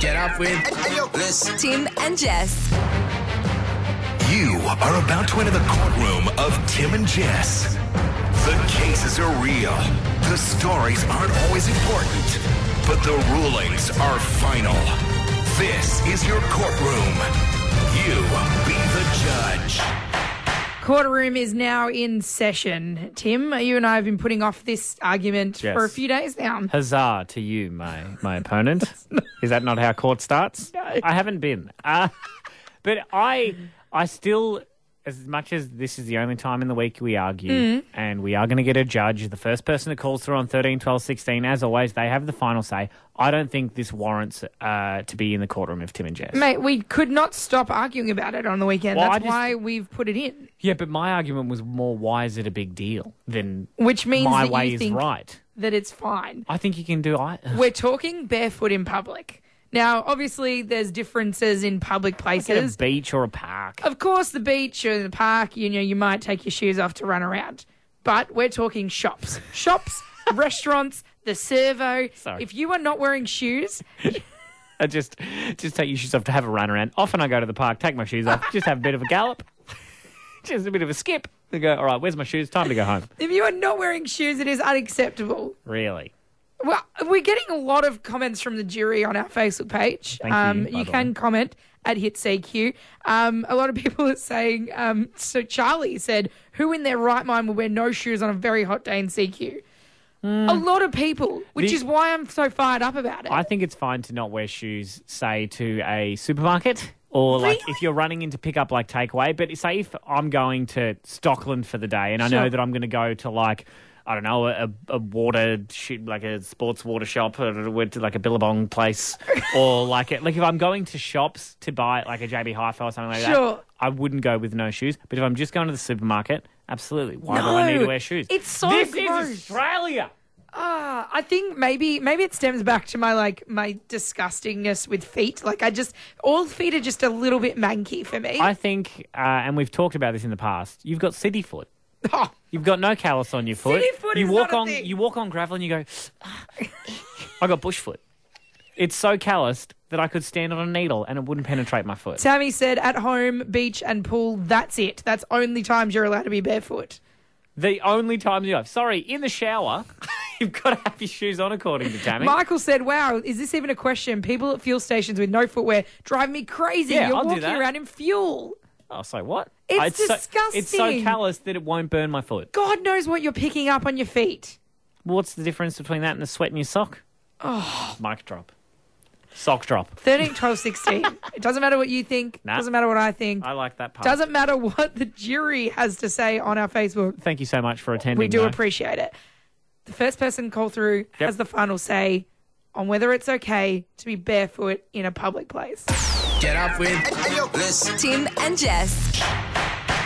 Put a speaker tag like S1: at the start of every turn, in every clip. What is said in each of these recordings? S1: get up with.
S2: Tim and Jess.
S3: You are about to enter the courtroom of Tim and Jess. The cases are real. The stories aren't always important, but the rulings are final. This is your courtroom. You be the judge.
S4: Courtroom is now in session. Tim, you and I have been putting off this argument
S5: Yes.
S4: for a few days now.
S5: Huzzah to you, my my opponent. Is that not how court starts? No. I haven't been. Uh, but I I still as much as this is the only time in the week we argue
S4: Mm.
S5: and we are going to get a judge, the first person that calls through on 13 12 16 as always, they have the final say. I don't think this warrants uh, to be in the courtroom of Tim and Jess.
S4: Mate, we could not stop arguing about it on the weekend.
S5: Well, I
S4: That's
S5: just-
S4: why we've put it in,
S5: Yeah, but my argument was more why is it a big deal than
S4: which means
S5: my
S4: that
S5: way
S4: you
S5: is
S4: think
S5: right.
S4: that it's fine.
S5: I think you can do I
S4: We're talking barefoot in public. Now, obviously, there's differences in public
S5: at a
S4: places.
S5: beach or a park.
S4: Of course, the beach or the park, you know, you might take your shoes off to run around. But we're talking shops. Shops, restaurants, the servo.
S5: Sorry.
S4: If you are not wearing shoes,
S5: I just just take your shoes off to have a run around. Often I go to the park, take my shoes off, just have a bit of a gallop, just a bit of a skip. And go, all right, where's my shoes? Time to go home.
S4: if you are not wearing shoes, it is unacceptable.
S5: Really?
S4: Well, we're getting a lot of comments from the jury on our Facebook page.
S5: Thank you,
S4: um,
S5: by the
S4: can
S5: way.
S4: comment at HitCQ. Um, a lot of people are saying, um, so Charlie said, who in their right mind would wear no shoes on a very hot day in CQ? A lot of people, which
S5: Hmm. The-
S4: is why I'm so fired up about it.
S5: I think it's fine to not wear shoes, say to a supermarket or like
S4: Really?
S5: if you're running in to pick up like takeaway. But say if I'm going to Stockland for the day and I
S4: Sure.
S5: know that I'm going to go to like. I don't know a, a water sh- like a sports water shop or went to like a Billabong place or like a, like if I'm going to shops to buy like a JB Hi-Fi or something like
S4: Sure.
S5: that, I wouldn't go with no shoes. But if I'm just going to the supermarket, absolutely, why do I need
S4: No,
S5: to wear shoes?
S4: it's so
S5: this
S4: gross.
S5: is Australia.
S4: Ah, I think maybe maybe it stems back to my like my disgustingness with feet. Like I just all feet are just a little bit manky for me.
S5: I think, uh, and we've talked about this in the past. You've got city foot.
S4: Oh,
S5: You've got no callus on your foot.
S4: City foot
S5: you
S4: is not
S5: walk
S4: a
S5: on
S4: thing.
S5: you walk on gravel and you go "Ah." I got bush foot. It's so calloused that I could stand on a needle and it wouldn't penetrate my foot.
S4: Tammy said, at home, beach, and pool, that's it. That's only times you're allowed to be barefoot.
S5: The only time you have sorry, in the shower, you've got to have your shoes on according to Tammy.
S4: Michael said, wow, is this even a question? People at fuel stations with no footwear drive me crazy.
S5: Yeah,
S4: you're
S5: I'll do
S4: walking
S5: that.
S4: around in fuel.
S5: oh, so what?
S4: It's
S5: Uh, So, it's so
S4: disgusting.
S5: calloused that it won't burn my foot.
S4: God knows what you're picking up on your feet.
S5: What's the difference between that and the sweat in your sock? Oh, mic drop. Sock drop.
S4: 13, 12, 16. it doesn't matter what you think.
S5: Nah.
S4: Doesn't matter what I think.
S5: I like that part.
S4: doesn't matter what the jury has to say on our Facebook.
S5: Thank you so much for attending.
S4: We do
S5: though.
S4: appreciate it. The first person call through
S5: Yep.
S4: has the final say on whether it's okay to be barefoot in a public place.
S1: Get up with.
S2: Tim and Jess.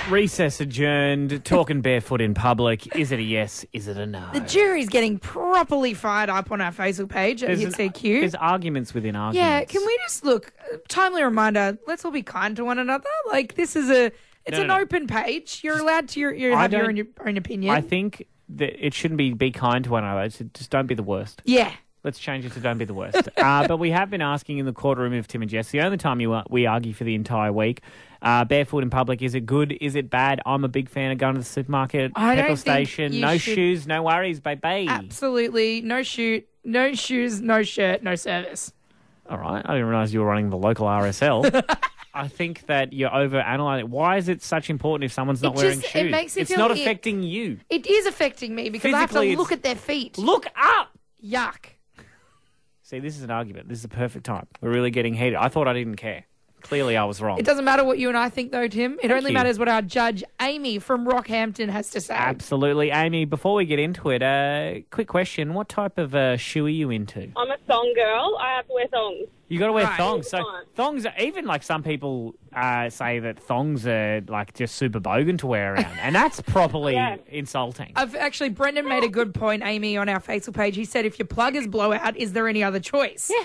S5: Recess adjourned. Talking barefoot in public. Is it a yes? Is it a no?
S4: The jury's getting properly fired up on our Facebook page at
S5: There's an-
S4: Hit CQ.
S5: There's arguments within arguments.
S4: Yeah, can we just look? uh, Timely reminder: Let's all be kind to one another. Like this is a, it's
S5: No,
S4: an
S5: no, no.
S4: open page. You're allowed to your, your
S5: I
S4: have your
S5: don't-
S4: own, your own opinion.
S5: I think that it shouldn't be be kind to one another. It's just don't be the worst.
S4: yeah,
S5: Let's change it to don't be the worst. uh, but we have been asking in the courtroom of Tim and Jess. The only time you uh, we argue for the entire week. Uh, barefoot in public. Is it good? Is it bad? I'm a big fan of going to the supermarket,
S4: I
S5: petrol
S4: don't think
S5: station.
S4: you
S5: no
S4: should-
S5: shoes, no worries, baby.
S4: absolutely. No shoot, no shoes, no shirt, no service.
S5: All right. I didn't realize you were running the local RSL. I think that you're overanalyzing. Why is it such important if someone's not
S4: It
S5: wearing
S4: just- it
S5: shoes?
S4: makes me
S5: it's
S4: feel
S5: not
S4: ick.
S5: affecting you.
S4: It is affecting me because I have to
S5: Physically, it's-
S4: look at their feet.
S5: Look up.
S4: Yuck.
S5: See, this is an argument. This is the perfect time. We're really getting heated. I thought I didn't care. Clearly, I was wrong.
S4: It doesn't matter what you and I think, though, Tim. It only
S5: you.
S4: matters what our judge Amy from Rockhampton has to say.
S5: Absolutely, Amy. Before we get into it, uh, quick question: What type of uh, shoe are you into?
S6: I'm a thong girl. I have to wear thongs.
S5: You got to wear
S4: Right.
S5: thongs. So
S6: All the time.
S5: thongs, are, even like some people uh, say that thongs are like just super bogan to wear around, and that's properly
S6: Yeah.
S5: insulting.
S4: I've actually Brendan made a good point, Amy, on our Facebook page. He said if your pluggers blow out, is there any other choice? Yeah.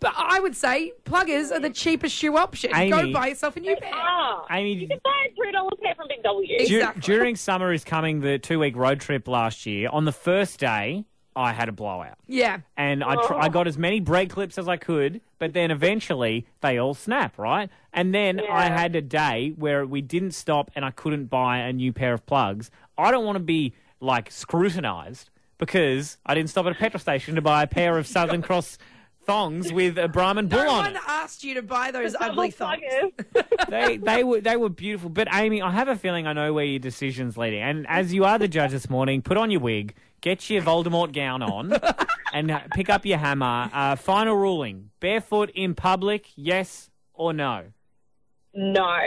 S4: But I would say pluggers are the cheapest shoe option. Go
S5: Amy.
S4: buy yourself a new pair.
S6: Ah,
S5: Amy,
S6: you can buy a three dollar pair from Big W.
S5: Du-
S4: Exactly.
S5: during summer is coming the two week road trip last year. On the first day, I had a blowout.
S4: Yeah.
S5: and I tr-
S4: Oh.
S5: I got as many break clips as I could, but then eventually they all snap, right? And then I
S6: Yeah.
S5: had a day where we didn't stop and I couldn't buy a new pair of plugs. I don't want to be like scrutinized because I didn't stop at a petrol station to buy a pair of Southern Cross thongs with a Brahmin bull
S4: No
S5: on
S4: one
S5: it.
S4: asked you to buy those
S6: Double
S4: ugly thongs.
S6: pluggers.
S5: They they were they were beautiful, but Amy, I have a feeling I know where your decision's leading. And as you are the judge this morning, put on your wig, get your Voldemort gown on, and uh, pick up your hammer. Uh, final ruling: barefoot in public, yes or no?
S6: No.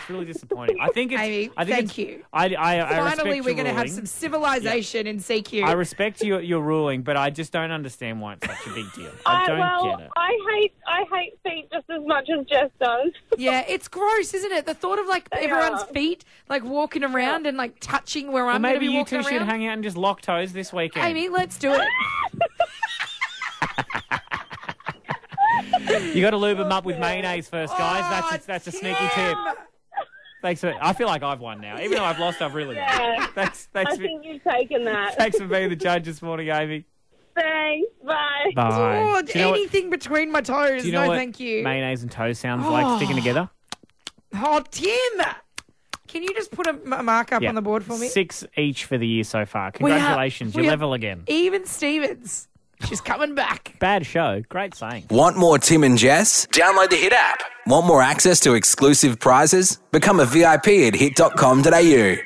S5: It's really disappointing. I think it's.
S4: Amy,
S5: I think
S4: thank
S5: it's-
S4: you.
S5: I, I, I
S4: Finally,
S5: respect
S4: we're
S5: your
S4: going to have
S5: ruling.
S4: some civilization in CQ.
S5: I respect your your ruling, but I just don't understand why it's such a big deal. I
S6: I,
S5: don't
S6: well,
S5: get it.
S6: I hate I hate feet just as much as Jess does.
S4: yeah, it's gross, isn't it? The thought of like everyone's feet, like walking around and like touching where I'm going to
S5: Maybe
S4: be
S5: you two
S4: walking
S5: should
S4: around.
S5: hang out and just lock toes this weekend.
S4: Amy, let's do it.
S5: You got to lube them up
S4: oh,
S5: with mayonnaise first, guys. that's a, that's a sneaky tip. Thanks. For, I feel like I've won now, even though I've lost. I've really won.
S6: Yeah.
S5: Thanks.
S6: I
S5: Thanks. For,
S6: think you've taken that.
S5: thanks for being the judge this morning, Amy.
S6: Thanks. Bye.
S5: Bye.
S4: Lord,
S5: Do you know what-
S4: anything between my toes.
S5: do you know
S4: no,
S5: what
S4: thank you.
S5: Mayonnaise and toast sounds like sticking together.
S4: Oh, Tim, can you just put a m- mark up on the board for me?
S5: Six each for the year so far.
S4: We have-
S5: Congratulations,
S4: we
S5: you
S4: have
S5: level again.
S4: Even Stevens, she's coming back.
S5: Bad show. Great saying.
S1: Want more Tim and Jess? Download the Hit app. Want more access to exclusive prizes? Become a VIP at hit.com.au.